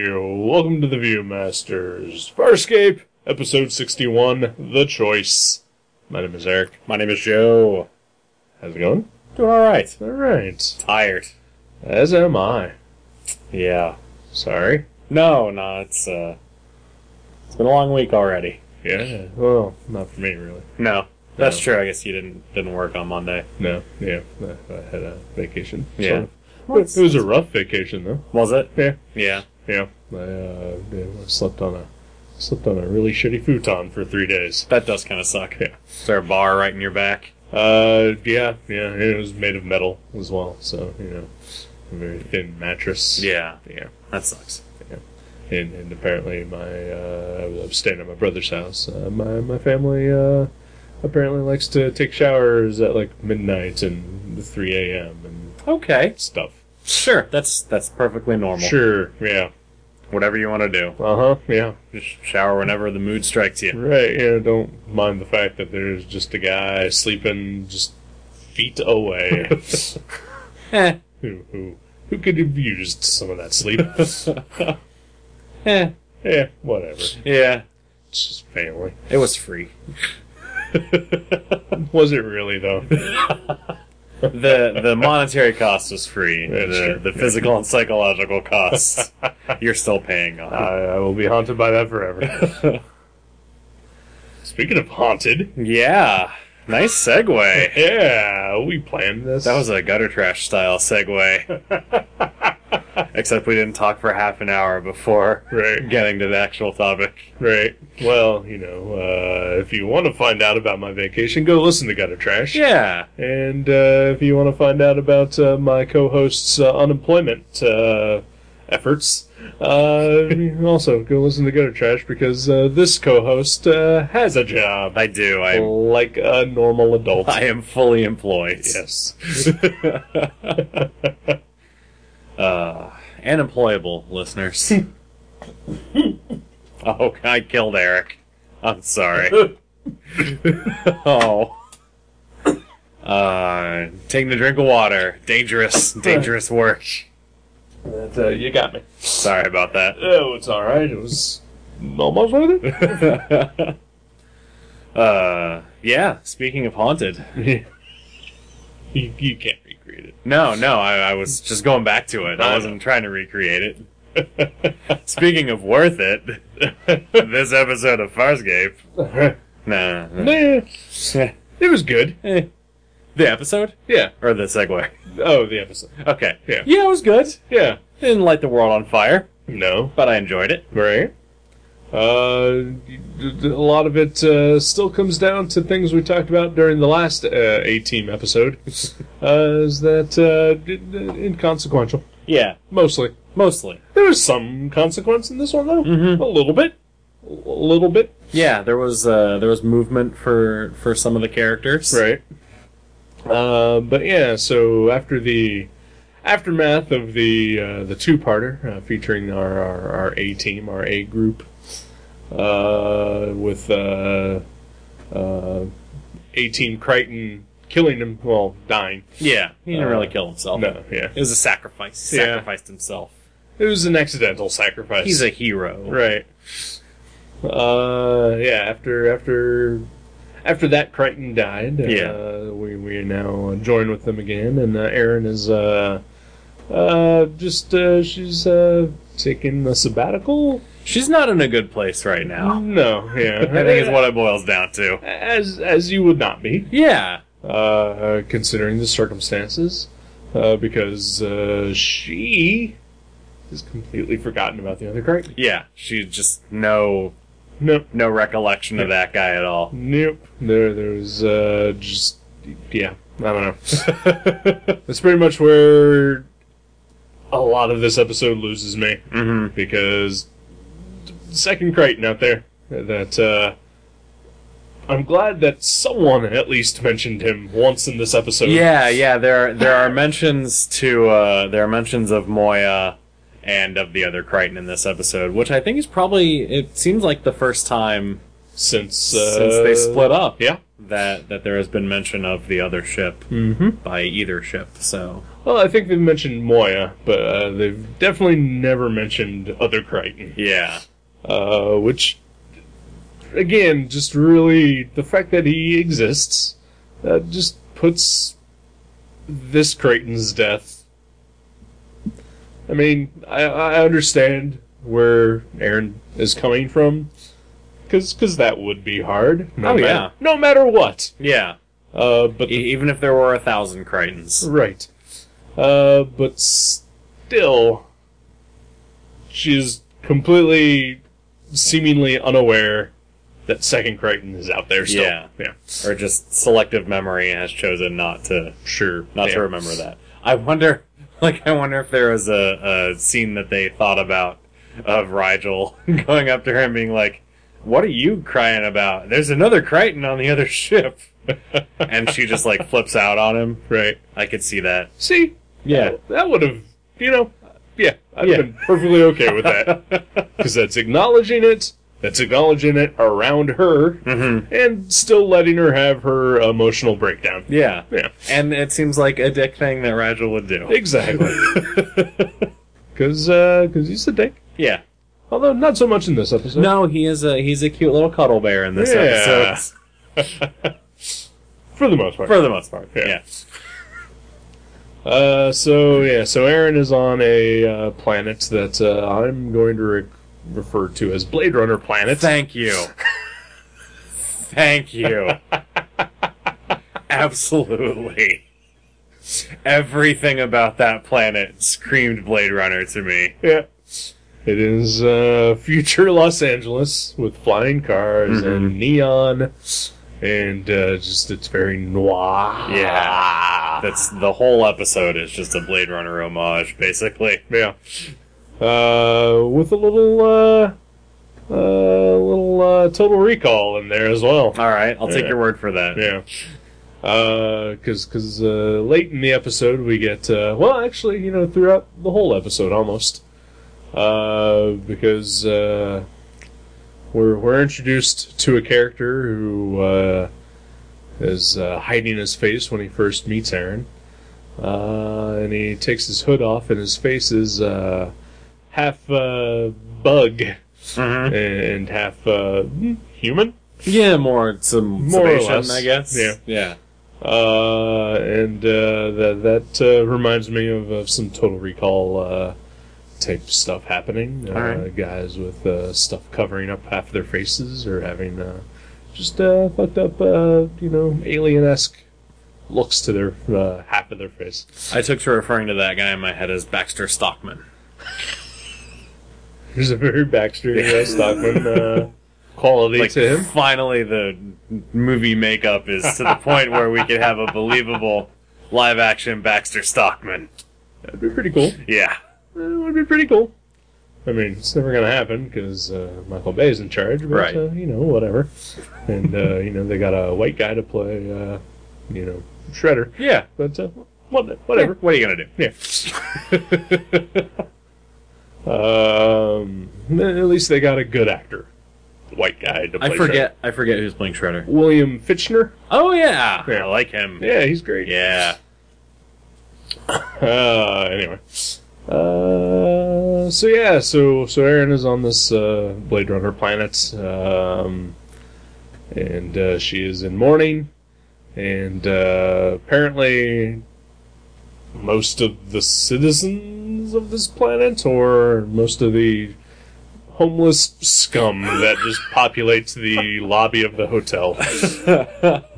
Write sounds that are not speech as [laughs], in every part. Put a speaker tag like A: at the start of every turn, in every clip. A: welcome to the Viewmasters. Farscape, episode 61, The Choice. My name is Eric.
B: My name is Joe.
A: How's it going?
B: Doing all right.
A: Alright.
B: Tired.
A: As am I.
B: Yeah.
A: Sorry.
B: No, no, it's uh, it's been a long week already.
A: Yeah. Well, not for me, really.
B: No, that's
A: No.
B: true. I guess you didn't didn't work on Monday.
A: No. Yeah. I- I had a vacation.
B: Yeah.
A: sort of. It was a rough vacation, though.
B: Was it?
A: Yeah.
B: Yeah.
A: Yeah. I, uh, I slept on a slept on a really shitty futon for three days.
B: That does kind of suck.
A: Yeah.
B: Is there a bar right in your back?
A: Uh, yeah, yeah. and It was made of metal as well, so you know, a very thin mattress.
B: Yeah.
A: yeah.
B: That sucks.
A: And, and apparently, my uh, I was- I was staying at my brother's house. Uh, my my family uh, apparently likes to take showers at like midnight and three a.m. and
B: Okay.
A: stuff.
B: Sure. That's that's perfectly normal.
A: Sure, yeah,
B: Whatever you want to do.
A: uh huh, yeah,
B: Just shower whenever the mood strikes you.
A: right. Yeah, don't mind the fact that there's just a guy sleeping just feet
B: [laughs]
A: away
B: Eh.
A: who who who could have used some of that
B: [laughs]
A: sleep.
B: Eh.
A: yeah, whatever.
B: Yeah.
A: It's just family. [laughs]
B: It was free.
A: Was it really though?
B: the the monetary cost was free.
A: That's
B: the,
A: true.
B: the physical and psychological [laughs] costs you're still
A: [laughs]
B: paying
A: I,
B: on.
A: I will be haunted by that forever. [laughs] Speaking of haunted,
B: yeah, nice segue.
A: yeah, we planned this.
B: That was a gutter trash style segue. Except we didn't talk for half an hour before
A: right,
B: getting to the actual topic.
A: right. Well, you know, uh, if you want to find out about my vacation, go listen to Gutter Trash.
B: Yeah,
A: And uh, if you want to find out about uh, my co-host's uh, unemployment uh, efforts, uh, [laughs] also go listen to Gutter Trash because uh, this co-host uh, has a job.
B: I do. I
A: like a normal adult.
B: I am fully employed.
A: yes.
B: [laughs]
A: [laughs]
B: Uh, and employable, listeners. oh, I killed Eric.
A: [laughs]
B: I'm sorry. oh. Uh, taking a drink of water. Dangerous, dangerous work.
A: But, uh, you got me.
B: Sorry about that.
A: Oh, it's all right. It was almost worth it. [laughs]
B: [laughs] Uh, yeah, speaking of haunted.
A: you, you can't recreate it.
B: No, no, I, I was just going back to it. I wasn't trying to recreate it. Speaking of worth it, [laughs] this episode of Farscape. Nah.
A: [laughs] [laughs]
B: nah.
A: Nah,
B: Eh,
A: it was good.
B: eh. The episode?
A: Yeah.
B: Or the segue. [laughs]
A: Oh, the episode.
B: Okay.
A: Yeah.
B: it was good.
A: Yeah.
B: Didn't light the world on fire,
A: No.
B: but I enjoyed it.
A: Right. Uh, a lot of it uh, still comes down to things we talked about during the last uh, A Team episode. uh, is that uh, d- d- inconsequential
B: Yeah.
A: mostly?
B: Mostly.
A: There was some consequence in this one though,
B: Mhm.
A: a little bit, a little bit.
B: Yeah, there was uh, there was movement for for some of the characters.
A: Right. Uh, but yeah, so after the aftermath of the uh, the two parter uh, featuring our, our, our A team, our A group, uh, with uh, uh, A team Crichton killing him, well, dying.
B: Yeah. He didn't
A: Uh,
B: really kill himself.
A: No, yeah,
B: It was a sacrifice. He
A: Yeah.
B: sacrificed himself.
A: it was an accidental sacrifice.
B: He's a hero.
A: right. Uh, yeah. After after after that, Crichton died.
B: Yeah.
A: Uh, we we are now joined with them again, and uh, Erin is uh uh just uh she's uh taking a sabbatical.
B: She's not in a good place right now.
A: No. Yeah.
B: Oh. [laughs] I think is what it boils down to.
A: as as you would not be
B: Yeah.
A: uh considering the circumstances uh because uh she has completely forgotten about the other Crichton.
B: Yeah. She just no
A: No.
B: no recollection of that guy at all.
A: Nope. There, there's uh, just yeah. I don't
B: [laughs]
A: know. That's pretty much where a lot of this episode loses me
B: Mm-hmm.
A: because second Crichton out there that uh, I'm glad that someone at least mentioned him once in this episode.
B: Yeah, yeah. There are, there are mentions to uh, there are mentions of Moya and of the other Crichton in this episode, which I think is probably it seems like the first time
A: Since uh,
B: since they split up.
A: Yeah.
B: that that there has been mention of the other ship
A: Mm-hmm.
B: by either ship. So
A: Well, I think they've mentioned Moya, but uh, they've definitely never mentioned Other Crichton.
B: yeah,
A: Uh, which, again, just really the fact that he exists uh, just puts this Crichton's death. I mean, I, I understand where Aaron is coming from, because that would be hard. No
B: Oh,
A: matter,
B: yeah.
A: No matter what.
B: yeah.
A: Uh, but
B: E- even if there were a thousand Crichtons,
A: Right. Uh, but still, she's completely, seemingly unaware that Second Crichton is out there still.
B: Yeah.
A: Yeah.
B: or just selective memory has chosen not to
A: Sure.
B: not
A: yeah.
B: to remember that. I wonder, [laughs] like, I wonder if there was a, a scene that they thought about of Rigel [laughs] going up to her and being like, "What are you crying about? There's another Crichton on the other [laughs] ship," and she just like flips out on him.
A: Right.
B: I could see that.
A: See?
B: Yeah.
A: That would have, you know, yeah, I've
B: Yeah.
A: been perfectly okay with that.
B: [laughs]
A: Because that's acknowledging it, that's acknowledging it around her,
B: Mm-hmm.
A: and still letting her have her emotional breakdown.
B: Yeah.
A: Yeah.
B: And it seems like a dick thing that Rigel would do. [laughs]
A: Exactly. Because uh, 'cause he's a dick.
B: yeah.
A: Although not so much in this episode.
B: No, he is a he's a cute little cuddle bear in this
A: Yeah.
B: episode.
A: For the most part.
B: [laughs] For the most part.
A: Yeah.
B: Yeah.
A: Uh, so yeah, so Aaron is on a uh, planet that uh, I'm going to re- refer to as Blade Runner planet.
B: Thank you. [laughs] Thank you. Absolutely. Everything about that planet screamed Blade Runner to me.
A: yeah, it is uh, future [laughs] Los Angeles with flying cars
B: Mm-hmm.
A: and neon, and uh, just it's very noir.
B: Yeah. That's the whole episode is just a Blade Runner homage, basically.
A: yeah, uh, with a little uh, uh, little uh, Total Recall in there as well.
B: All right, I'll take
A: Yeah.
B: your word for that.
A: Yeah. Because cause, uh, late in the episode, we get, uh, well, actually, you know, throughout the whole episode almost. Uh, because uh, we're, we're introduced to a character who uh, is uh, hiding his face when he first meets Aaron. Uh, and he takes his hood off, and his face is uh, half uh, bug [laughs]
B: Mhm.
A: and half uh, human.
B: Yeah, more some
A: More or
B: sedation,
A: less.
B: I guess.
A: Yeah.
B: Yeah.
A: Uh, and uh, that that uh, reminds me of, of some Total Recall uh, type stuff happening. Uh,
B: All right.
A: Guys with uh, stuff covering up half of their faces or having uh, just uh, fucked up, uh, you know, alien esque looks to their uh, half of their face.
B: I took to referring to that guy in my head as Baxter Stockman.
A: There's a very Baxter uh, [laughs] Stockman uh, quality
B: Like,
A: to him.
B: finally, the movie makeup is to the point where we could have a believable live action Baxter Stockman.
A: That'd be pretty cool.
B: Yeah.
A: That would be pretty cool. I mean, it's never going to happen because uh, Michael Bay's in charge, but
B: Right.
A: uh, you know, whatever. And uh, you know, they got a white guy to play, uh, you know, Shredder.
B: Yeah.
A: But uh, what, whatever.
B: What are you going to do?
A: Yeah. [laughs] um, at least they got a good actor, white guy to play.
B: I forget. I forget who's playing
A: Shredder.
B: Shredder.
A: William Fitchner.
B: Oh yeah,
A: Yeah.
B: I like him. Yeah.
A: Yeah, he's great. Uh, anyway. Uh, so yeah, so so Aaron is on this uh, Blade Runner planet, um, and uh, she is in mourning, and uh, apparently most of the citizens of this planet, or most of the homeless scum that just populates the lobby of the hotel,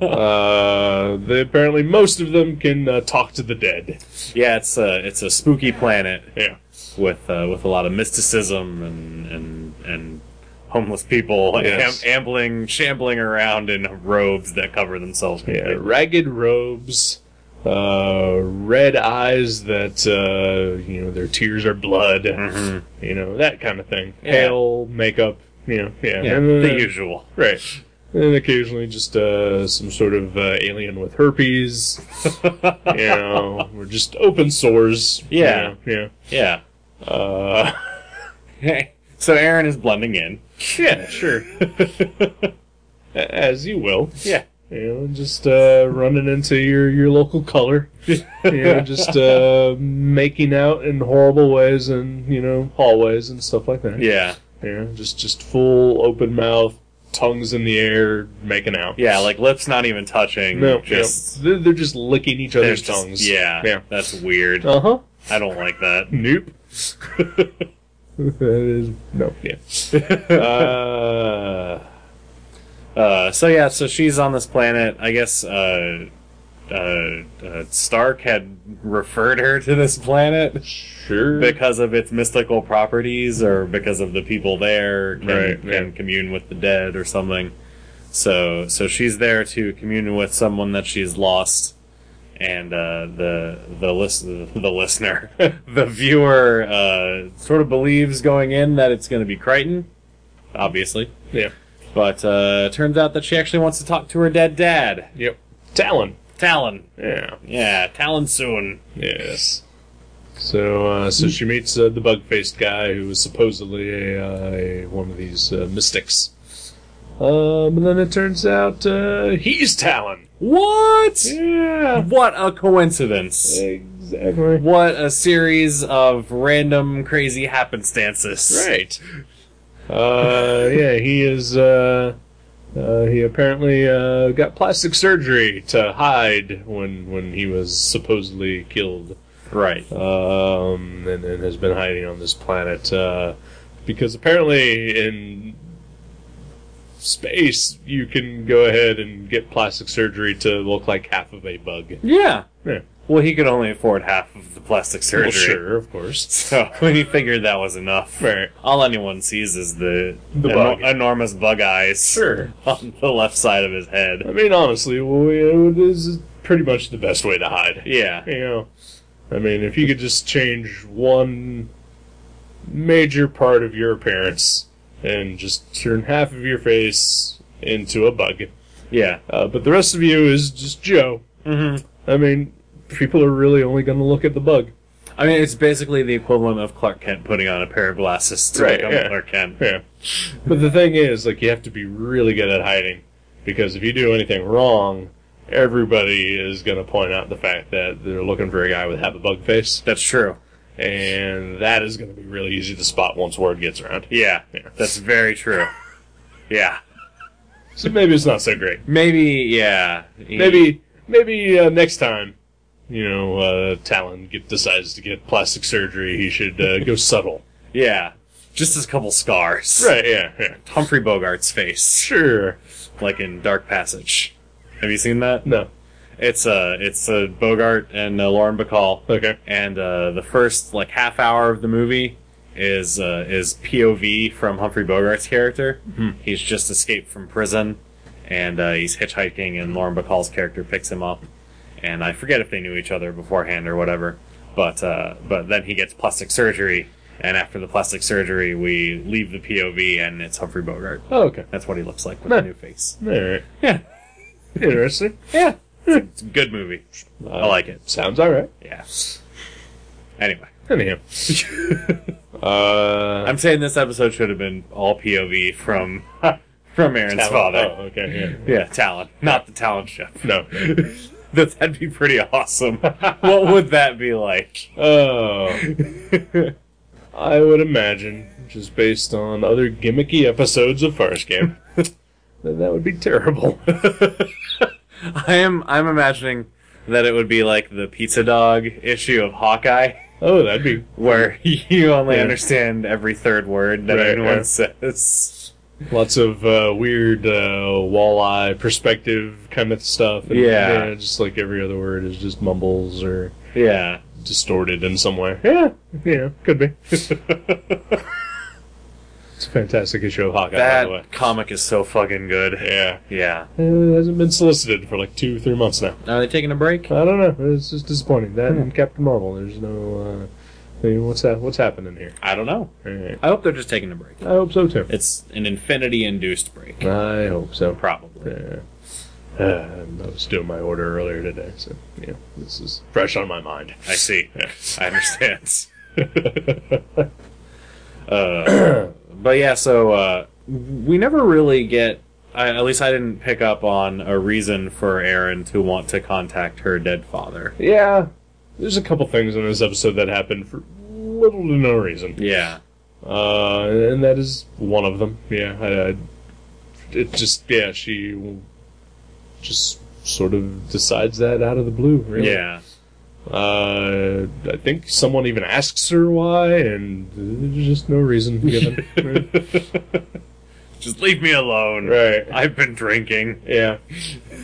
A: uh, they, apparently most of them can uh, talk to the dead.
B: yeah. It's a it's a spooky planet
A: Yeah.
B: with uh, with a lot of mysticism and and and homeless people
A: Yes.
B: am- ambling shambling around in robes that cover themselves.
A: Yeah, ragged robes, uh, red eyes that uh, you know their tears are blood,
B: Mhm.
A: you know that kind of thing.
B: Yeah.
A: Pale makeup, you know, yeah,
B: Yeah,
A: and then,
B: the usual.
A: right. And occasionally just uh, some sort of uh, alien with herpes, you know, or just open sores. you
B: Yeah.
A: know,
B: [laughs] Yeah.
A: yeah, uh, [laughs]
B: so Aaron is blending in.
A: yeah, sure, A- as you will.
B: [laughs] Yeah.
A: You know, just uh, running into your, your local color. You know, just uh, making out in horrible ways and, you know, hallways and stuff like that.
B: yeah,
A: You know, just, just full open mouth, tongues in the air, making out.
B: yeah, like lips not even touching.
A: No,
B: just
A: just they're, they're just licking each
B: there's
A: other's
B: just-
A: tongues.
B: yeah,
A: Yeah.
B: that's weird.
A: Uh huh.
B: I don't like that.
A: Nope. [laughs] That is- no. Yeah. [laughs]
B: uh, uh, so yeah, so she's on this planet. I guess uh, uh, uh, Stark had referred her to this planet
A: Sure.
B: because of its mystical properties, or because of the people there can,
A: Right,
B: can
A: yeah.
B: commune with the dead or something. So, so she's there to commune with someone that she's lost, and uh, the the listen [laughs] the listener, [laughs] the viewer, uh, sort of believes going in that it's going to be Crichton, obviously.
A: Yeah.
B: But uh, turns out that she actually wants to talk to her dead dad,
A: Yep. Talon.
B: Talon.
A: Yeah.
B: Yeah, Talon soon.
A: Yes. So, uh, so she meets uh, the bug-faced guy who was supposedly a, uh, a- one of these uh, mystics. Um, and then it turns out uh, he's Talon.
B: What?
A: Yeah.
B: What a coincidence.
A: Exactly.
B: What a series of random crazy happenstances.
A: Right. Uh, yeah, he is. Uh, uh, he apparently uh, got plastic surgery to hide when when he was supposedly killed,
B: Right.
A: um, and, and has been hiding on this planet uh, because apparently in space you can go ahead and get plastic surgery to look like half of a bug.
B: Yeah.
A: Yeah.
B: Well, he could only afford half of the plastic surgery.
A: Well, sure, of course.
B: [laughs] So he figured that was enough.
A: Right.
B: All anyone sees is the,
A: The
B: eno-
A: bug.
B: enormous bug eyes
A: Sure.
B: [laughs] on the left side of his
A: I
B: head.
A: mean, honestly, well, yeah, this is pretty much the best way to hide.
B: Yeah.
A: You know, I mean, if you could just change one major part of your appearance and just turn half of your face into a bug,
B: Yeah.
A: uh, but the rest of you is just Joe.
B: hmm
A: I mean, people are really only going to look at the bug.
B: I mean, it's basically the equivalent of Clark Kent putting on a pair of glasses to
A: Right,
B: become
A: yeah.
B: Clark Kent.
A: Yeah. But the thing is, like, you have to be really good at hiding because if you do anything wrong, everybody is going to point out the fact that they're looking for a guy with half a bug face,
B: That's true.
A: and that is going to be really easy to spot once word gets around.
B: Yeah.
A: Yeah.
B: That's
A: [laughs]
B: very true. yeah.
A: So maybe it's not so great.
B: Maybe, yeah. He-
A: Maybe maybe uh, next time, you know, uh, Talon get, decides to get plastic surgery, he should uh, go subtle.
B: Yeah. Just a couple scars.
A: Right? Yeah. Yeah.
B: Humphrey Bogart's face,
A: Sure.
B: like in Dark Passage. Have you seen that?
A: No.
B: It's uh, it's uh, Bogart and uh, Lauren Bacall,
A: Okay.
B: and uh, the first like half hour of the movie is uh, is POV from Humphrey Bogart's character. He's just escaped from prison, and uh, he's hitchhiking, and Lauren Bacall's character picks him up. And I forget if they knew each other beforehand or whatever, but uh, but then he gets plastic surgery, and after the plastic surgery, we leave the POV, and it's Humphrey Bogart.
A: Oh, okay.
B: That's what he looks like with
A: Huh.
B: a new face.
A: All right.
B: Yeah,
A: [laughs] Interesting.
B: yeah. It's a, it's a good movie. I
A: Uh,
B: like it.
A: Sounds all right.
B: Yeah. Anyway, [laughs]
A: Anyhow. uh,
B: I'm saying this episode should have been all POV from [laughs] from Aaron's
A: Talon.
B: father.
A: Oh, okay. Yeah.
B: Yeah, Talon, not the Talon ship.
A: No.
B: That- [laughs] That'd be pretty awesome. [laughs] what would that be like?
A: [laughs]
B: [laughs]
A: Oh, I would imagine, just based on other gimmicky episodes of Farscape, [laughs] that that would be terrible. [laughs]
B: I am I'm imagining that it would be like the pizza dog issue of Hawkeye,
A: Oh, that'd be
B: where [laughs] you only
A: Yeah.
B: understand every third word that
A: Right,
B: anyone
A: yeah.
B: says.
A: lots of uh, weird uh, walleye perspective kind of stuff. And,
B: Yeah.
A: just like every other word is just mumbles or
B: Yeah.
A: distorted in some way. Yeah, yeah, could be. [laughs] It's a fantastic issue of Hawkeye, by the way.
B: that comic is so fucking good.
A: Yeah,
B: Yeah.
A: Uh, it hasn't been solicited for like two, three months now.
B: Are they taking a break?
A: I don't know. It's just disappointing. That and Captain Marvel. There's no. Uh, I mean, what's that? What's happening here?
B: I don't know.
A: Alright.
B: I hope they're just taking a break.
A: I hope so too.
B: It's an infinity induced break.
A: I hope so.
B: [laughs] Probably.
A: Yeah. Uh, I was doing my order earlier today, so yeah, this is fresh on my mind. [laughs]
B: I see.
A: Yeah.
B: I [laughs] understand.
A: [laughs]
B: uh, but yeah, so uh, we never really get I, at least I didn't pick up on a reason for Aaron to want to contact her dead father.
A: Yeah, there's a couple things in this episode that happened for little to no reason.
B: Yeah.
A: Uh, and that is one of them. Yeah, I, I, it just yeah she just sort of decides that out of the blue. Really.
B: Yeah.
A: Uh, I think someone even asks her why, and there's just no reason given.
B: Just leave me alone.
A: right.
B: I've been drinking.
A: Yeah.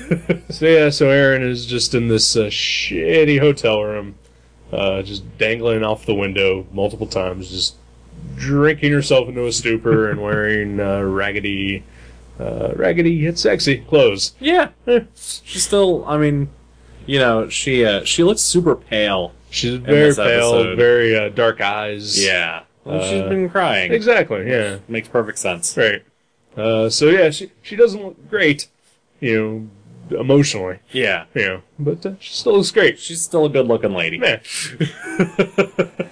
A: [laughs] so yeah, so Aaron is just in this uh, shitty hotel room, uh, just dangling off the window multiple times, just drinking herself into a stupor
B: [laughs]
A: and wearing uh, raggedy, uh, raggedy yet sexy clothes. Eh.
B: Yeah. She's still I mean, you know, she uh, she looks super pale.
A: She's very
B: this
A: pale,
B: episode.
A: very uh, dark eyes.
B: Yeah. Well, she's
A: Uh,
B: been crying.
A: Exactly. Yeah.
B: Makes perfect sense.
A: Right. Uh, so yeah, she she doesn't look great, you know, emotionally,
B: Yeah.
A: you know, but uh, she still looks great.
B: She's still a good looking lady.
A: Yeah. [laughs]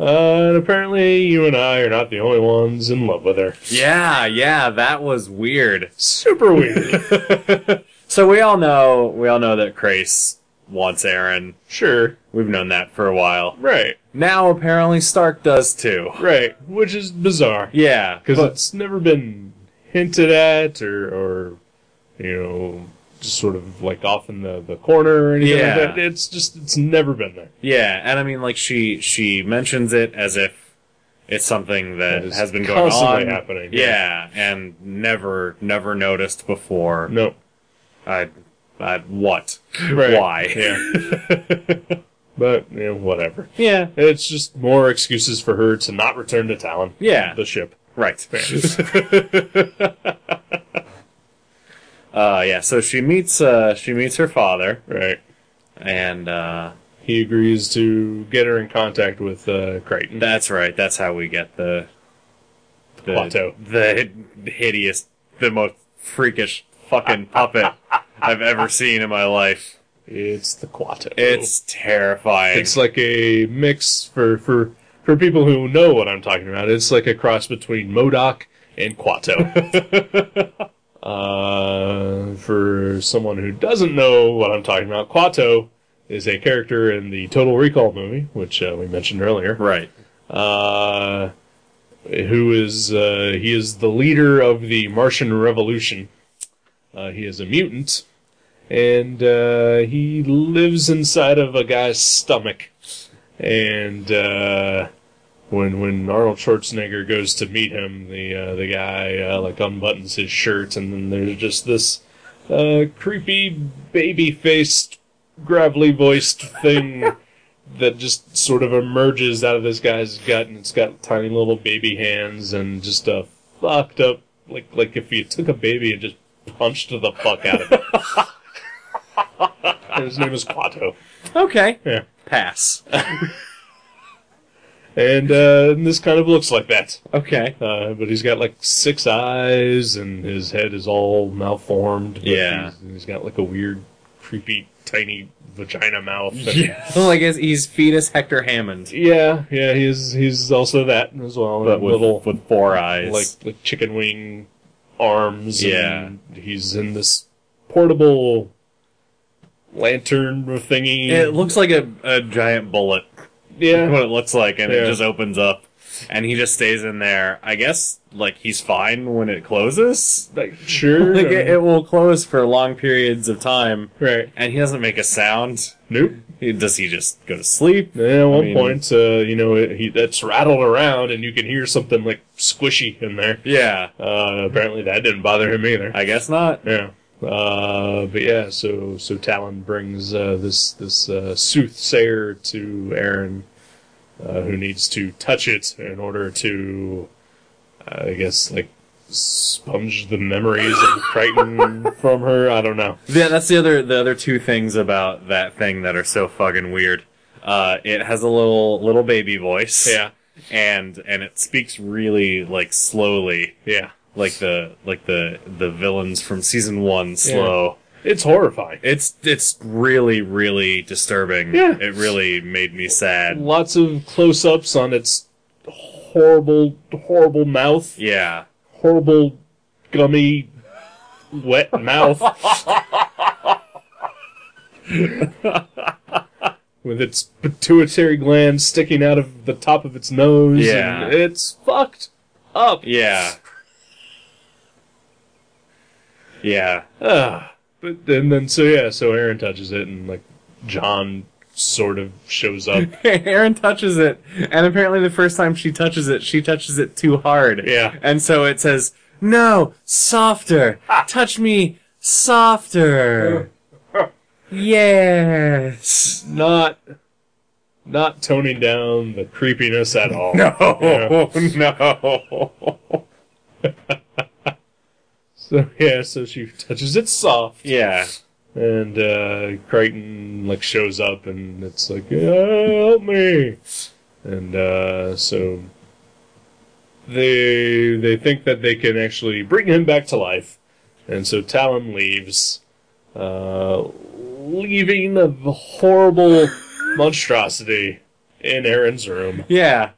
A: Uh, and apparently, you and I are not the only ones in love with her.
B: yeah, yeah, that was weird.
A: Super
B: [laughs]
A: weird.
B: So we all know we all know that Crace wants Aaron.
A: sure.
B: We've known that for a while.
A: Right.
B: Now apparently Stark does too.
A: Right. Which is bizarre
B: Yeah,
A: because
B: but-
A: it's never been hinted at or, or you know, just sort of like off in the, the corner or anything
B: Yeah.
A: like that. It's just it's never been there.
B: yeah, and I mean like she she mentions it as if it's something that
A: That is
B: has been going
A: constantly
B: on
A: happening,
B: Yeah, and never never noticed before.
A: No.
B: I, I what?
A: Right.
B: Why?
A: Yeah. [laughs] but you know, whatever.
B: [laughs] Yeah.
A: It's just more excuses for her to not return to Talon.
B: Yeah.
A: The ship.
B: Right. [laughs] uh yeah, so she meets uh she meets her father
A: [laughs] Right.
B: and uh
A: he agrees to get her in contact with uh, Crichton.
B: that's right, that's how we get the the
A: Quato.
B: the hid- hideous the most freakish fucking
A: [laughs]
B: puppet I've ever seen in my life.
A: it's the Quato.
B: It's terrifying.
A: it's like a mix for for for people who know what I'm talking about. It's like a cross between Modoc and Quato. [laughs] uh, for someone who doesn't know what I'm talking about, Quato is a character in the Total Recall movie, which uh, we mentioned earlier.
B: right.
A: Uh, who is uh, he is the leader of the Martian Revolution. Uh, he is a mutant, and uh, he lives inside of a guy's stomach. And uh, when when Arnold Schwarzenegger goes to meet him, the uh, the guy uh, like unbuttons his shirt, and then there's just this uh, creepy baby faced, gravelly voiced thing. that just sort of emerges out of this guy's gut, and it's got tiny little baby hands and just a fucked up, like like if you took a baby and just punched the fuck out of it.
B: [laughs]
A: And his name is Quato.
B: Okay.
A: Yeah,
B: Pass.
A: and, uh, and this kind of looks like that,
B: Okay.
A: uh, but he's got like six eyes, and his head is all malformed. but
B: Yeah.
A: he's- he's got like a weird, creepy, tiny vagina mouth. and-
B: Yeah. like he's, he's fetus Hector
A: [laughs]
B: Hammond,
A: Yeah, yeah, he's he's also that as well.
B: but
A: and
B: with
A: little
B: with four eyes.
A: like like chicken wing arms.
B: Yeah.
A: and he's in this portable lantern thingy.
B: it looks like a, a giant bullet.
A: yeah,
B: What it looks like, and it
A: Yeah.
B: just opens up, and he just stays in there. I guess like he's fine when it closes.
A: like sure,
B: [laughs] Like
A: I mean,
B: it, it will close for long periods of time,
A: [laughs] right?
B: and he doesn't make a sound.
A: Nope.
B: He- Does he just go to sleep?
A: And at one
B: mean-
A: point, uh, you know, it, he that's rattled around, and you can hear something like squishy in there.
B: Yeah,
A: Uh, apparently, that didn't bother him either.
B: I guess not.
A: Yeah. Uh, but yeah, so so Talon brings uh, this this uh, soothsayer to Aaron, uh, who needs to touch it in order to, uh, I guess, like sponge the memories of [laughs] Crichton from her. I don't know.
B: Yeah, that's the other the other two things about that thing that are so fucking weird. Uh, it has a little little baby voice.
A: Yeah,
B: and and it speaks really like slowly,
A: yeah.
B: like the like the the villains from season one slow.
A: It's horrifying.
B: It's it's really really disturbing.
A: Yeah.
B: it really made me sad.
A: Lots of close-ups on its horrible, horrible mouth,
B: Yeah,
A: horrible gummy wet mouth [laughs] with its pituitary gland sticking out of the top of its nose.
B: Yeah.
A: and it's fucked up.
B: Yeah. [laughs] Yeah.
A: Ah, but and then so yeah, so Aaron touches it and like John sort of shows up.
B: Aaron touches it, and apparently the first time she touches it, she touches it too hard.
A: [laughs] Yeah.
B: And so it says, No, softer. Touch me [laughs] softer. yes.
A: not not toning down the creepiness at all.
B: No, [laughs] no.
A: So yeah, so she touches it soft,
B: Yeah.
A: and uh, Crichton like shows up, and it's like help me, and uh, so they they think that they can actually bring him back to life, and so Talon leaves, uh, leaving the horrible monstrosity in Aaron's room.
B: Yeah.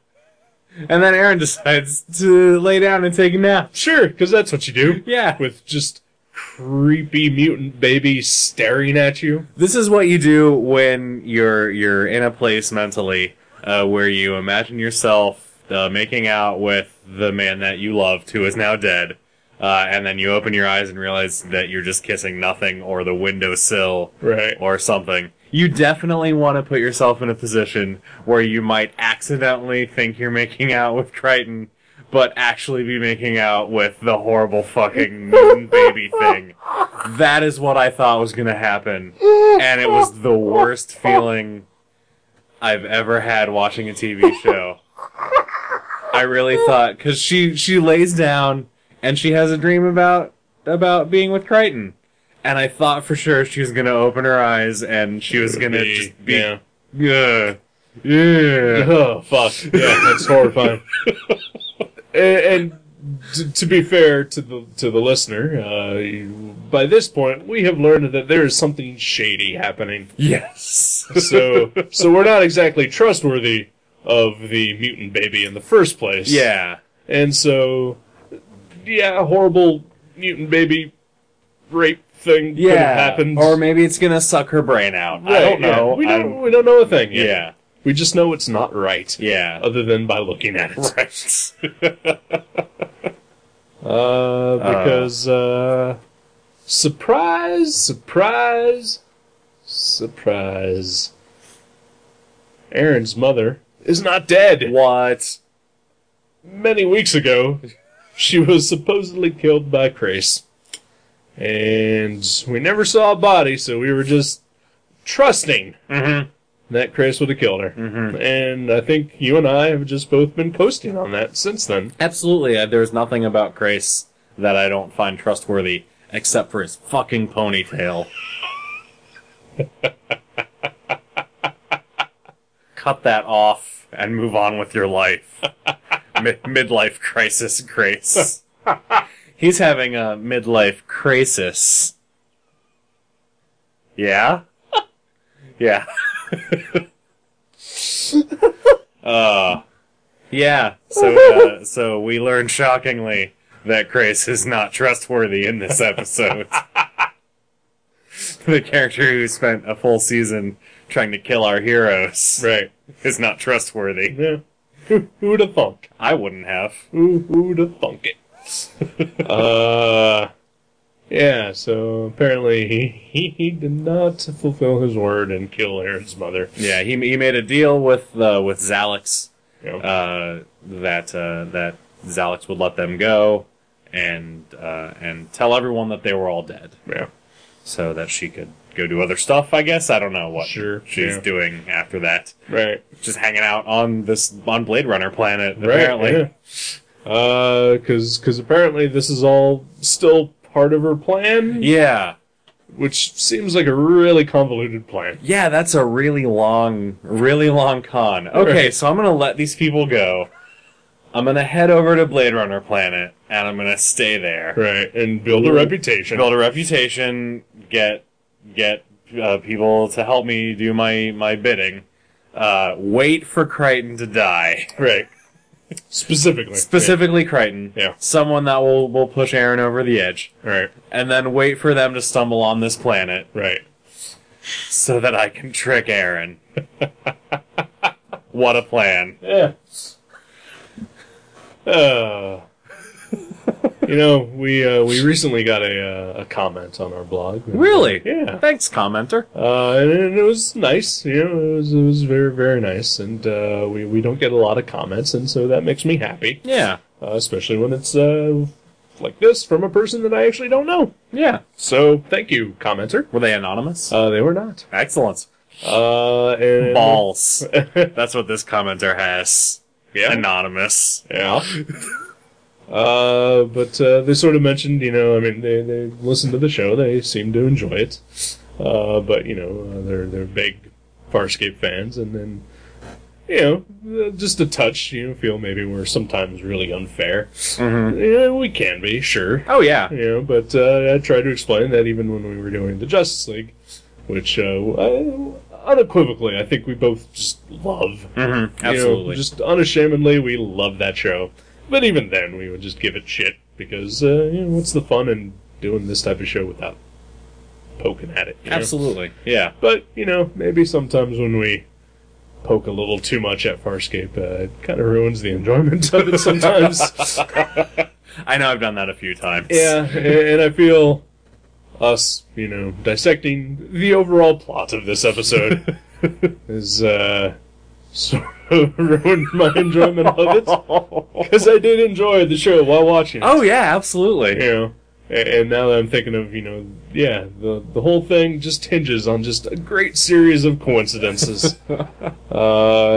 B: And then Aaron decides to lay down and take a nap.
A: Sure, because that's what you do.
B: Yeah.
A: with just creepy mutant baby staring at you.
B: This is what you do when you're you're in a place mentally uh, where you imagine yourself uh, making out with the man that you loved who is now dead, uh, and then you open your eyes and realize that you're just kissing nothing or the windowsill
A: Right.
B: or something. You definitely want to put yourself in a position where you might accidentally think you're making out with Crichton, but actually be making out with the horrible fucking moon baby thing. That is what I thought was going to happen. And it was the worst feeling I've ever had watching a TV show. I really thought because she she lays down and she has a dream about about being with Crichton, and I thought for sure she was gonna open her eyes and she was gonna
A: Be-
B: just be
A: yeah.
B: yeah [laughs] yeah
A: Oh fuck! Yeah, that's horrifying. [laughs] and and t- to be fair to the to the listener, uh, you- by this point we have learned that there is something shady happening.
B: yes [laughs]
A: So so we're not exactly trustworthy of the mutant baby in the first place.
B: yeah
A: And so, yeah, horrible mutant baby rape thing could have
B: yeah
A: happened.
B: or maybe it's gonna suck her brain out I
A: Right,
B: don't know
A: yeah. We don't.
B: I'm-
A: we don't know a thing. yet.
B: yeah
A: We just know it's not right, [laughs]
B: yeah
A: other than by looking at it.
B: right
A: Uh, because uh, surprise, surprise, surprise. Aaron's mother is not dead.
B: what
A: Many weeks ago, she was supposedly killed by Crace, and we never saw a body, so we were just trusting
B: mm-hmm.
A: that Chris would have killed her.
B: Mhm.
A: And I think you and I have just both been coasting on that since then.
B: Absolutely. Uh, There's nothing about Grace that I don't find trustworthy except for his fucking ponytail. Cut that off and move on with your life. Mid- midlife crisis, Grace. [laughs] He's having a midlife crisis. Yeah? Yeah. uh, yeah. So, uh, so we learned shockingly that Grace is not trustworthy in this episode. the character who spent a full season trying to kill our heroes
A: Right.
B: is not trustworthy.
A: Yeah. Who, who'd have thunk?
B: I wouldn't have.
A: Who, who'd have thunk
B: [laughs]
A: it? uh, yeah, so apparently he, he, he did not fulfill his word and kill Aaron's mother.
B: Yeah, he he made a deal with uh, with Zalix
A: Yeah.
B: uh, that uh, that Zalix would let them go and uh, and tell everyone that they were all dead,
A: yeah.
B: so that she could go do other stuff. I guess I don't know what
A: Sure,
B: she's
A: yeah.
B: doing after that.
A: Right.
B: just hanging out on this on Blade Runner planet.
A: Right.
B: Apparently,
A: yeah. Uh, cause, 'cause apparently this is all still part of her plan,
B: yeah,
A: which seems like a really convoluted plan.
B: yeah, that's a really long, really long con. Okay, so I'm gonna let these people go. I'm gonna head over to Blade Runner planet, and I'm gonna stay there,
A: Right, and build a
B: Ooh.
A: reputation.
B: build a reputation, get get uh, people to help me do my my bidding. Uh, wait for Crichton to die.
A: Right. Specifically.
B: specifically Crichton,
A: Yeah.
B: someone that will will push Aaron over the edge,
A: Yeah. Right.
B: and then wait for them to stumble on this planet
A: Right.
B: so that I can trick Aaron. [laughs] what a plan!
A: Yeah. Uh, you know, we uh, we recently got a uh, a comment on our blog. uh,
B: Really?
A: Yeah.
B: Thanks, commenter.
A: Uh, and, and it was nice. You know, it was it was very very nice, and uh, we we don't get a lot of comments, and so that makes me happy,
B: Yeah,
A: uh, especially when it's uh, like this from a person that I actually don't know.
B: yeah.
A: So thank you, commenter.
B: Were they anonymous?
A: Uh, they were not.
B: Excellent.
A: Uh, and [laughs]
B: Balls. That's what this commenter has.
A: Yeah.
B: Anonymous.
A: Yeah. Uh, but uh, they sort of mentioned, you know, I mean, they, they listened to the show, they seemed to enjoy it, uh, but you know, uh, they're they're big Farscape fans, and then you know, uh, just a touch, you know, feel maybe we're sometimes really unfair.
B: Mm-hmm.
A: Yeah, we can be, sure,
B: Oh yeah.
A: you know, but uh, I tried to explain that even when we were doing the Justice League, which uh, I, unequivocally, I think we both just love.
B: hmm
A: You know,
B: Absolutely.
A: just unashamedly, we love that show. But even then, we would just give it shit because uh, you know, what's the fun in doing this type of show without poking at it? you know?
B: Absolutely. Yeah.
A: But you know, maybe sometimes when we poke a little too much at Farscape, uh, it kind of ruins the enjoyment of it
B: [laughs]
A: sometimes.
B: I know I've done that a few times.
A: yeah, a- and I feel us, you know, dissecting the overall plot of this episode is uh, [laughs] sort of ruined my enjoyment of it.
B: [laughs] oh
A: because I did enjoy the show while watching. it,
B: yeah, absolutely.
A: you know. And, and now that I'm thinking of, you know, yeah, the the whole thing just hinges on just a great series of
B: [laughs]
A: coincidences. uh,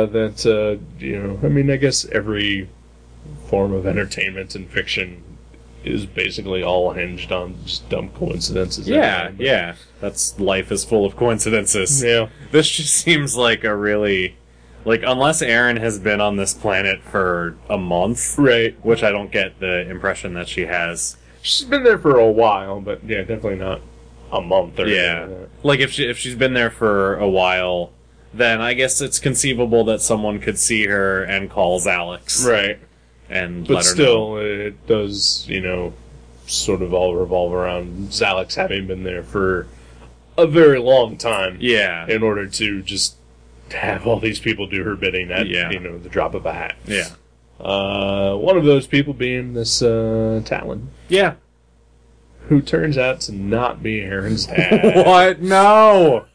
A: that uh, you know, I mean, I guess every form of entertainment and fiction is basically all hinged on just dumb coincidences.
B: Yeah,
A: anyway, but-
B: yeah. That's life is full of coincidences.
A: yeah,
B: This just seems like a really like unless Aaron has been on this planet for a month,
A: right.
B: which I don't get the impression that she has.
A: She's been there for a while, but yeah, definitely not a month or
B: Yeah.
A: anything like
B: Like if she if she's been there for a while, then I guess it's conceivable that someone could see her and calls Alex.
A: that. right.
B: And let
A: But
B: her
A: still,
B: know.
A: it does, you know, sort of all revolve around Zalex having been there for a very long time
B: Yeah.
A: in order to just have all these people do her bidding at,
B: Yeah.
A: you know, the drop of a hat.
B: yeah.
A: Uh, one of those people being this uh, Talon,
B: Yeah.
A: who turns out to not be Aaron's
B: [laughs]
A: dad.
B: What? No.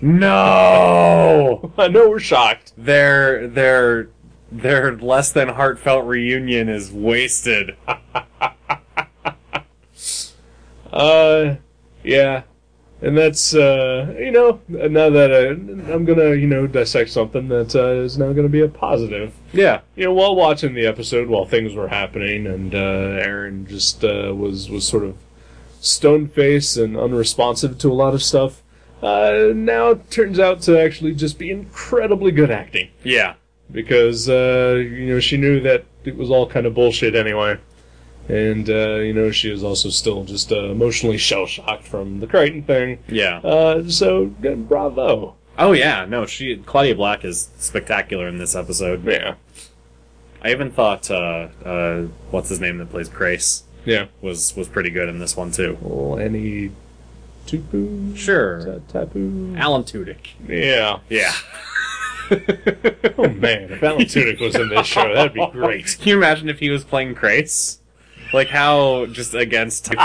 B: No.
A: I know we're shocked.
B: Their their their less than heartfelt reunion is wasted.
A: Uh, yeah. And that's, uh, you know, now that I, I'm gonna, you know, dissect something that uh, is now gonna be a positive.
B: Yeah.
A: you know, while watching the episode, while things were happening, and uh, Aaron just uh, was was sort of stone faced and unresponsive to a lot of stuff. Uh, now it turns out to actually just be incredibly good acting
B: Yeah.
A: because uh, you know she knew that it was all kind of bullshit anyway, and uh, you know she was also still just uh, emotionally shell shocked from the Crichton thing.
B: Yeah.
A: Uh, so yeah, bravo,
B: Oh yeah. No, she Claudia Black is spectacular in this episode.
A: yeah,
B: I even thought uh uh what's his name that plays Grace
A: yeah.
B: was was pretty good in this one too.
A: Well, any tupu? Is
B: Sure.
A: that taboo?
B: Alan Tudyk.
A: Yeah.
B: Yeah.
A: Oh man, if Alan Tudyk was in this show, [laughs] that'd be great.
B: Can you imagine if he was playing Grace? Like how just
A: [laughs]
B: against would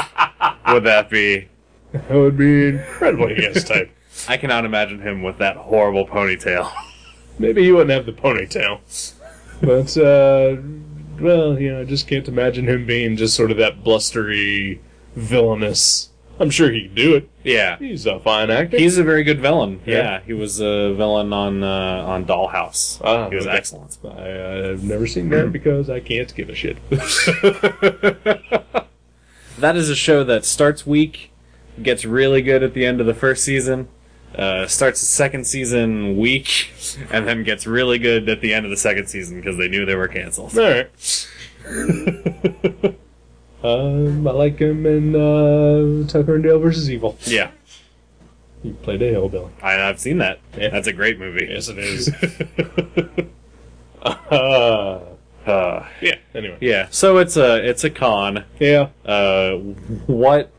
B: that be?
A: [laughs] That would be incredibly against type.
B: I cannot imagine him with that horrible ponytail. [laughs]
A: Maybe he wouldn't have the ponytail, but uh, well, you know, I just can't imagine him being just sort of that blustery, villainous. I'm sure he could do it.
B: yeah.
A: He's a fine actor.
B: He's a very good villain. Yeah,
A: Yeah.
B: he was a villain on uh, on Dollhouse.
A: Ah,
B: he was
A: okay.
B: excellent. [laughs]
A: I, I've never seen that because I can't give a [laughs] shit.
B: That is a show that starts weak, gets really good at the end of the first season, uh, starts the second season weak, [laughs] and then gets really good at the end of the second season because they knew they were canceled.
A: All right. [laughs] um, I like him in uh, Tucker and Dale versus Evil.
B: Yeah,
A: He played a hillbilly.
B: I, I've seen that.
A: Yeah.
B: That's a great movie.
A: Yes, it is. Uh,
B: [laughs] Uh,
A: [laughs] Yeah. Anyway.
B: yeah. So it's a it's a con.
A: Yeah.
B: Uh, what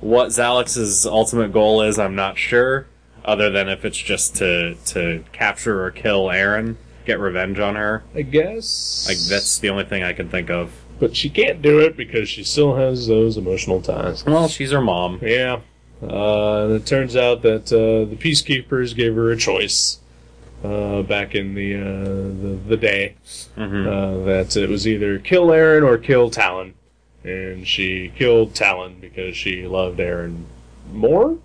B: what Zalex's ultimate goal is, I'm not sure. Other than if it's just to to capture or kill Aaron, get revenge on her.
A: I guess.
B: Like that's the only thing I can think of.
A: But she can't do it because she still has those emotional ties.
B: Well, she's her mom.
A: Yeah. Uh, and it turns out that uh, the peacekeepers gave her a choice uh, back in the, uh, the the day
B: hmm
A: uh, that it was either kill Aaron or kill Talon, and she killed Talon because she loved Aaron more.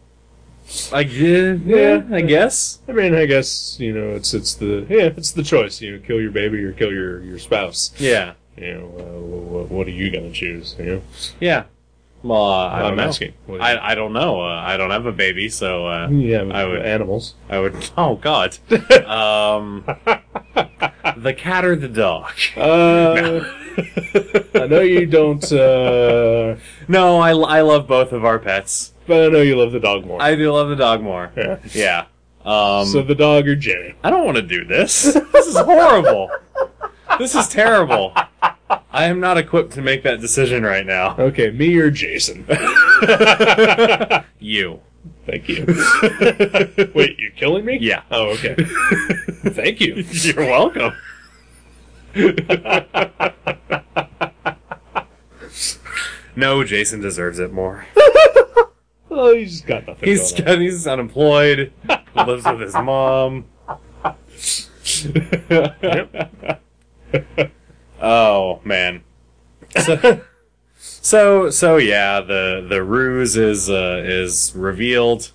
B: I yeah, yeah, I guess.
A: I mean, I guess you know it's it's the yeah it's the choice. You know, kill your baby or kill your your spouse.
B: Yeah,
A: You know, uh, what, what are you gonna choose? You know,
B: yeah. Well, uh, I don't
A: I'm
B: know.
A: asking. What do you-
B: I I don't know. Uh, I don't have a baby, so uh,
A: yeah,
B: I would- [laughs]
A: animals.
B: I would.
A: [laughs]
B: Oh God. Um, the cat or the dog?
A: Uh, [laughs] I know you don't, uh,
B: No, I, I love both of our pets.
A: but I know you love the dog more.
B: I do love the dog more.
A: Yeah.
B: Yeah. Um,
A: so the dog or Jimmy?
B: I don't want to do this. This is horrible. this is terrible.
A: [laughs]
B: I am not equipped to make that decision right now.
A: Okay, me or Jason? [laughs]
B: You.
A: Thank
B: [laughs]
A: you. Wait, you killing me?
B: Yeah.
A: Oh,
B: [laughs]
A: okay. Thank you.
B: You're welcome. no, Jason deserves it [laughs] more.
A: Oh, he's got nothing.
B: He's
A: going on.
B: he's unemployed. lives with his mom.
A: [laughs]
B: Oh man. So, [laughs] so so yeah, the the ruse is uh, is revealed.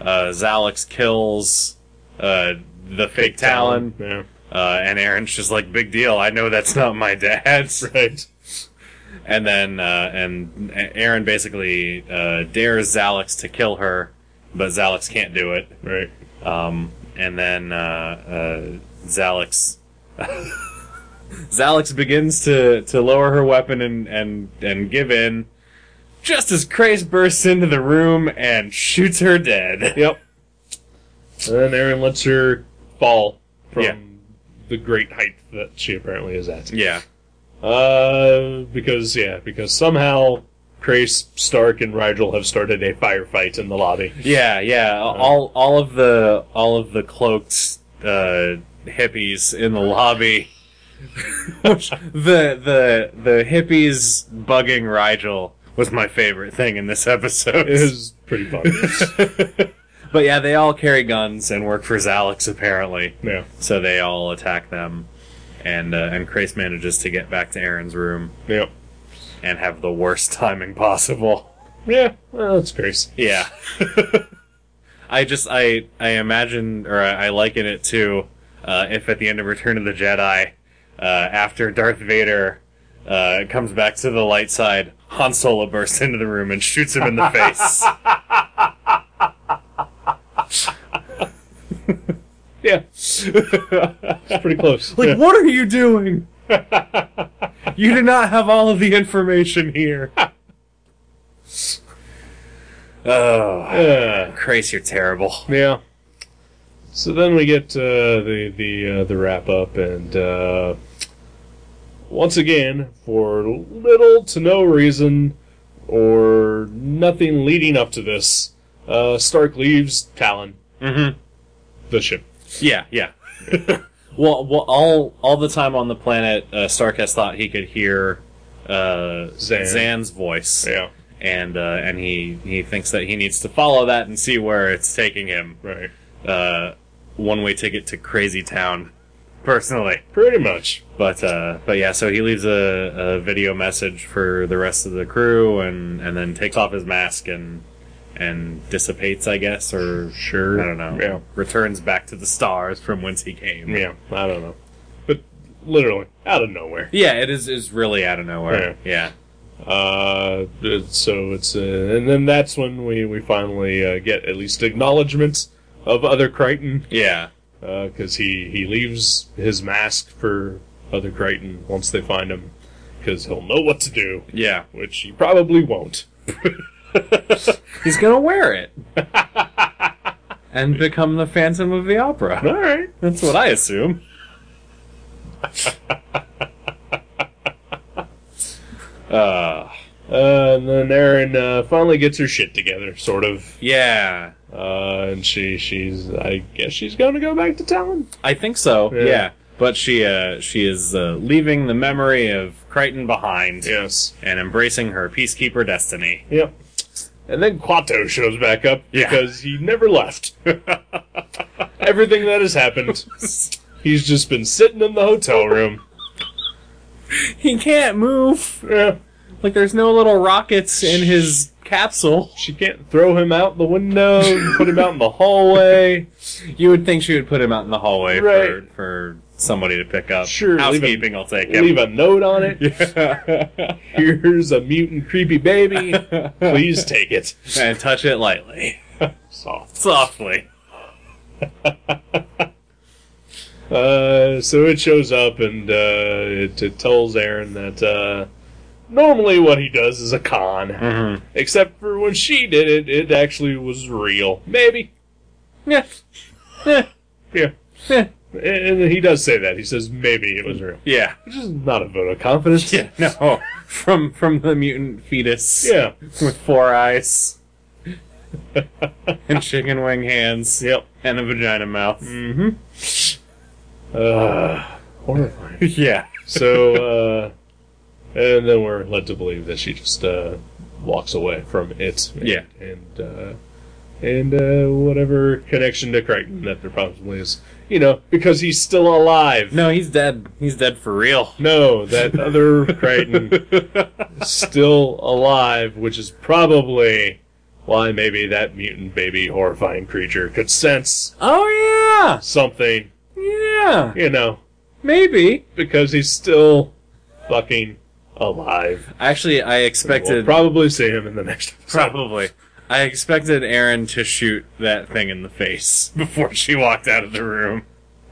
B: Uh, Zalex kills uh, the fake Talon,
A: Yeah.
B: uh, and Aaron's just like, "Big deal. I know that's not my [laughs] dad."
A: Right.
B: and then uh, and Aaron basically uh, dares Zalex to kill her, but Zalex can't do it.
A: Right.
B: Um, and then uh, uh, Zalex [laughs] Zalex begins to, to lower her weapon and, and, and give in. Just as Krace bursts into the room and shoots
A: [laughs]
B: her dead.
A: Yep. And then Aaron lets her fall from
B: Yeah.
A: the great height that she apparently is at.
B: Yeah.
A: Uh, because yeah, because somehow Crace, Stark, and Rigel have started a firefight in the lobby.
B: Yeah, yeah. All all of the all of the cloaked uh, hippies in the lobby. [laughs] the the the hippies bugging Rigel was my favorite thing in this episode.
A: It is pretty funny. [laughs]
B: [laughs] but yeah, they all carry guns and work for Zalex apparently.
A: yeah.
B: So they all attack them, and uh, and Krace manages to get back to Aaron's room
A: Yeah.
B: and have the worst [laughs] timing possible.
A: Yeah. Well, it's Crace.
B: Yeah. [laughs] I just I I imagine or I, I liken it to uh, if at the end of Return of the Jedi, uh, after Darth Vader uh, comes back to the light side, Han Solo bursts into the room and shoots him in the face.
A: Yeah. [laughs] it's pretty close.
B: Like,
A: Yeah.
B: what are you doing? you do not have all of the information here. oh,
A: Uh,
B: Crace, you're terrible.
A: yeah. So then we get uh, the the uh, the wrap up, and uh, once again, for little to no reason or nothing leading up to this, uh, Stark leaves Talon
B: Mm-hmm.
A: the ship.
B: Yeah, yeah. well, well, all all the time on the planet, uh, Stark has thought he could hear uh,
A: Zan.
B: Zan's voice,
A: Yeah.
B: and uh, and he he thinks that he needs to follow that and see where it's taking him.
A: Right.
B: Uh, one way ticket to Crazy Town, personally.
A: Pretty much.
B: But uh, but yeah, so he leaves a, a video message for the rest of the crew, and and then takes off his mask and and dissipates, I guess, or
A: Sure.
B: I don't know.
A: Yeah.
B: Returns back to the stars from whence he came.
A: Yeah. I don't know. But literally out of nowhere.
B: Yeah, it is is really out of nowhere. Yeah.
A: Uh, it- so it's uh, and then that's when we we finally uh, get at least acknowledgments of other Crichton
B: Yeah.
A: because Uh, he he leaves his mask for other Crichton once they find him because he'll know what to do,
B: Yeah.
A: which he probably won't. [laughs]
B: He's gonna wear it. [laughs] and become the Phantom of the Opera.
A: All right,
B: That's what I assume. [laughs] Uh,
A: Uh, and then Erin uh, finally gets her shit together, sort of.
B: yeah,
A: Uh, and she she's I guess she's gonna go back to town.
B: I think so.
A: Yeah.
B: Yeah, but she uh, she is uh, leaving the memory of Crichton behind
A: Yes.
B: and embracing her peacekeeper destiny.
A: Yep. And then Quato shows back up
B: Yeah.
A: because he never left. [laughs] Everything that has happened, he's just been sitting in the hotel room.
B: [laughs] He can't move.
A: Yeah.
B: Like there's no little rockets in his capsule.
A: She can't throw him out the window, put him out in the hallway.
B: You would think she would put him out in the hallway
A: Right.
B: for, for somebody to pick up.
A: Sure, leave
B: housekeeping will take him.
A: Leave a note on it.
B: Yeah.
A: Here's a mutant creepy baby.
B: [laughs]
A: Please take it.
B: and touch it lightly, [laughs]
A: Soft. [laughs]
B: softly.
A: Uh, so it shows up and uh, it, it tells Aaron that uh, normally what he does is a con,
B: Mm-hmm.
A: except for when she did it, it actually was real. Maybe.
B: Yeah. [laughs] Yeah.
A: Yeah.
B: Yeah. [laughs]
A: And he does say that. He says maybe it was real,
B: Yeah.
A: which is not a vote of confidence.
B: Yeah, [laughs] no. From from the mutant fetus.
A: Yeah. [laughs]
B: With four eyes. [laughs] and chicken wing hands.
A: Yep.
B: And a vagina mouth.
A: Mm-hmm. Uh,
B: Ah,
A: horrifying.
B: [laughs] Yeah.
A: [laughs] so, uh, and then we're led to believe that she just uh, walks away from it. And,
B: Yeah.
A: And uh, and uh, whatever connection to Crichton that there probably is, you know, because he's still alive.
B: No, he's dead. He's dead for [laughs] real.
A: No, that other Crichton is still alive, which is probably why maybe that mutant baby horrifying creature could sense
B: [laughs] oh
A: something,
B: yeah. Yeah.
A: you know,
B: Maybe.
A: because he's still fucking alive.
B: Actually I
A: We'll
B: expected
A: probably see him in the next episode.
B: probably. I expected Aaron to shoot that thing in the face [laughs] before she walked out of the room.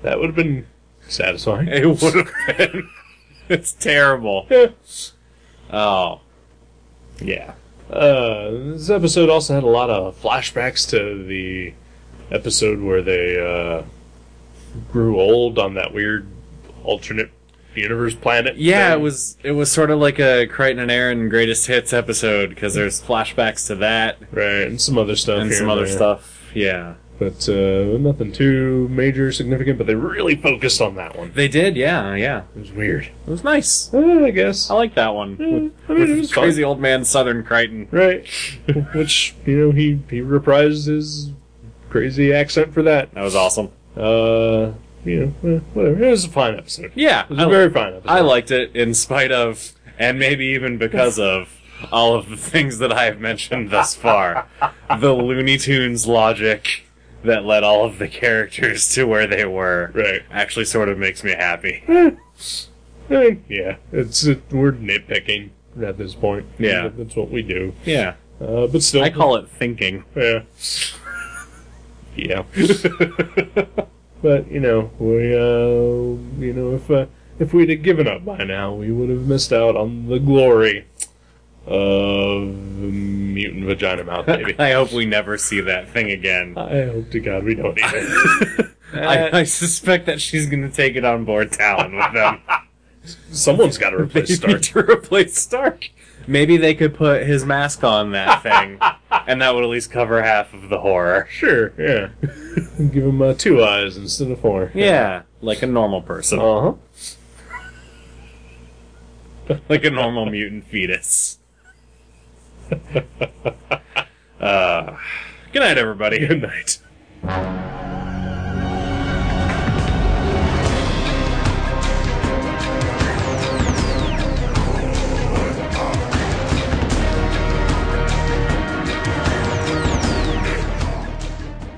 A: That would have been satisfying.
B: It would have been. [laughs] It's terrible.
A: [laughs] Yeah.
B: Oh. Yeah.
A: Uh, this episode also had a lot of flashbacks to the episode where they uh, grew old on that weird alternate universe planet.
B: Yeah,
A: thing.
B: it was it was sort of like a Crichton and Aaron greatest hits episode because there's flashbacks to that
A: right, and some other stuff
B: and
A: here
B: some other
A: there.
B: stuff. Yeah,
A: but uh, nothing too major significant. But they really focused on that one.
B: they did. Yeah, yeah,
A: It was weird.
B: it was nice. Mm,
A: Uh, I guess.
B: I like that one.
A: Yeah,
B: With-
A: I mean,
B: with
A: it was fun.
B: crazy old man Southern Crichton.
A: Right, [laughs] which you know he he reprised his crazy accent for that.
B: That was awesome.
A: Uh, you know, eh, whatever. It was a fine episode.
B: Yeah,
A: It was
B: I,
A: a
B: li-
A: very fine episode.
B: I liked it in spite of and maybe even [laughs] because of all of the things that I have mentioned thus far. the Looney Tunes logic that led all of the characters to where they were
A: Right.
B: actually sort of makes me happy.
A: Eh, I mean, yeah, it's it, we're nitpicking at this point.
B: Yeah.
A: that's what we do.
B: Yeah.
A: Uh, but still,
B: I call it [laughs] thinking.
A: yeah, yeah. [laughs] But you know, we uh, you know, if uh, if we'd have given up by now, we would have missed out on the glory of mutant vagina mouth, [laughs] baby.
B: I hope we never see that thing again.
A: I hope to God we don't either.
B: I, I suspect that she's going to take it on board Talon with them.
A: [laughs] Someone's got to
B: [laughs] They
A: [laughs] replace
B: need
A: Stark.
B: to replace Stark. Maybe they could put his mask on [laughs] that thing, and that would at least cover half of the horror.
A: Sure, yeah. Give him uh, two eyes instead of four.
B: Yeah, [laughs] like a normal person,
A: Uh huh.
B: like a normal mutant fetus. [laughs] uh, good night, everybody.
A: Good night.